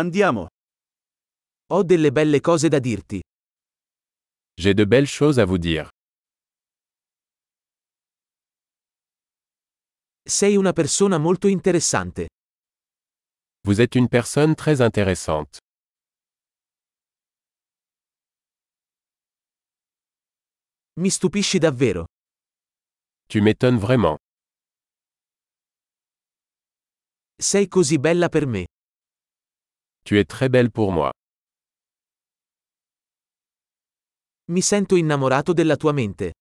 Andiamo. Ho delle belle cose da dirti. J'ai de belles choses à vous dire. Sei una persona molto interessante. Vous êtes une personne très intéressante. Mi stupisci davvero. Tu m'étonnes vraiment. Sei così bella per me. Tu es très belle pour moi. Mi sento innamorato della tua mente.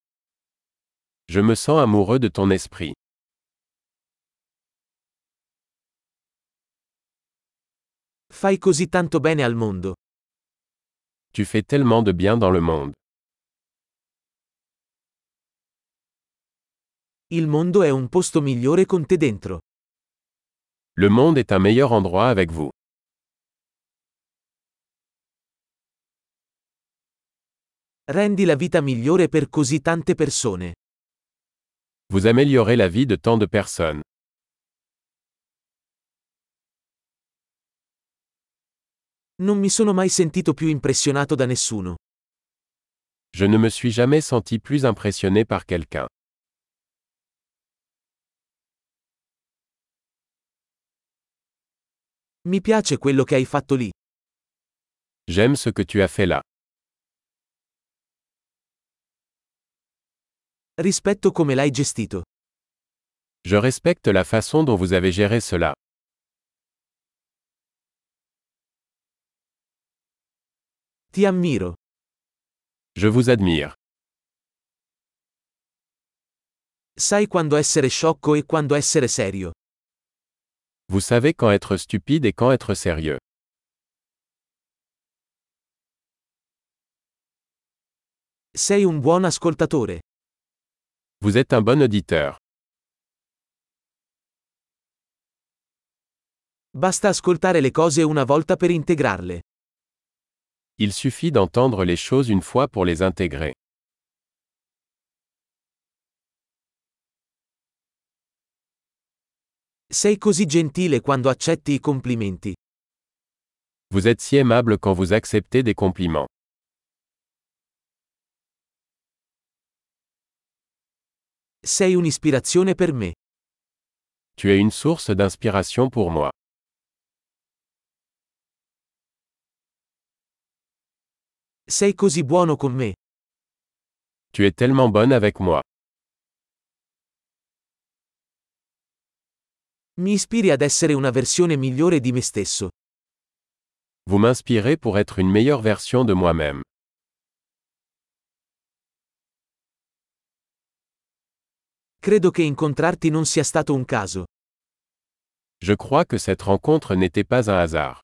Je me sens amoureux de ton esprit. Fai così tanto bene al mondo. Tu fais tellement de bien dans le monde. Il mondo è un posto migliore con te dentro. Le monde est un meilleur endroit avec vous. Rendi la vita migliore per così tante persone. Vous améliorez la vie de tant de personnes. Non mi sono mai sentito più impressionato da nessuno. Je ne me suis jamais senti plus impressionné par quelqu'un. Mi piace quello che hai fatto lì. J'aime ce que tu as fait là. Rispetto come l'hai gestito. Je respecte la façon dont vous avez géré cela. Ti ammiro. Je vous admire. Sai quando essere sciocco e quando essere serio. Vous savez quand être stupide et quand être sérieux. Sei un buon ascoltatore. Vous êtes un bon auditeur. Basta ascoltare le cose una volta per integrarle. Il suffit d'entendre les choses une fois pour les intégrer. Sei così gentile quando accetti i complimenti. Vous êtes si aimable quand vous acceptez des compliments. Sei un'ispirazione per me. Tu es une source d'inspiration pour moi. Sei così buono con me. Tu es tellement bonne avec moi. Mi ispiri ad essere una versione migliore di me stesso. Vous m'inspirez pour être une meilleure version de moi-même. Credo che incontrarti non sia stato un caso. Je crois que cette rencontre n'était pas un hasard.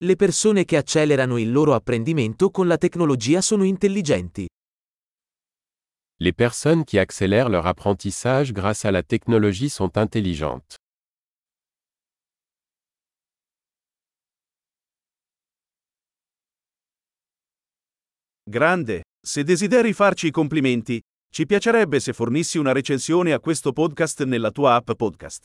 Le persone che accelerano il loro apprendimento con la tecnologia sono intelligenti. Les personnes qui accélèrent leur apprentissage grâce à la technologie sont intelligentes. Grande, se desideri farci i complimenti, ci piacerebbe se fornissi una recensione a questo podcast nella tua app podcast.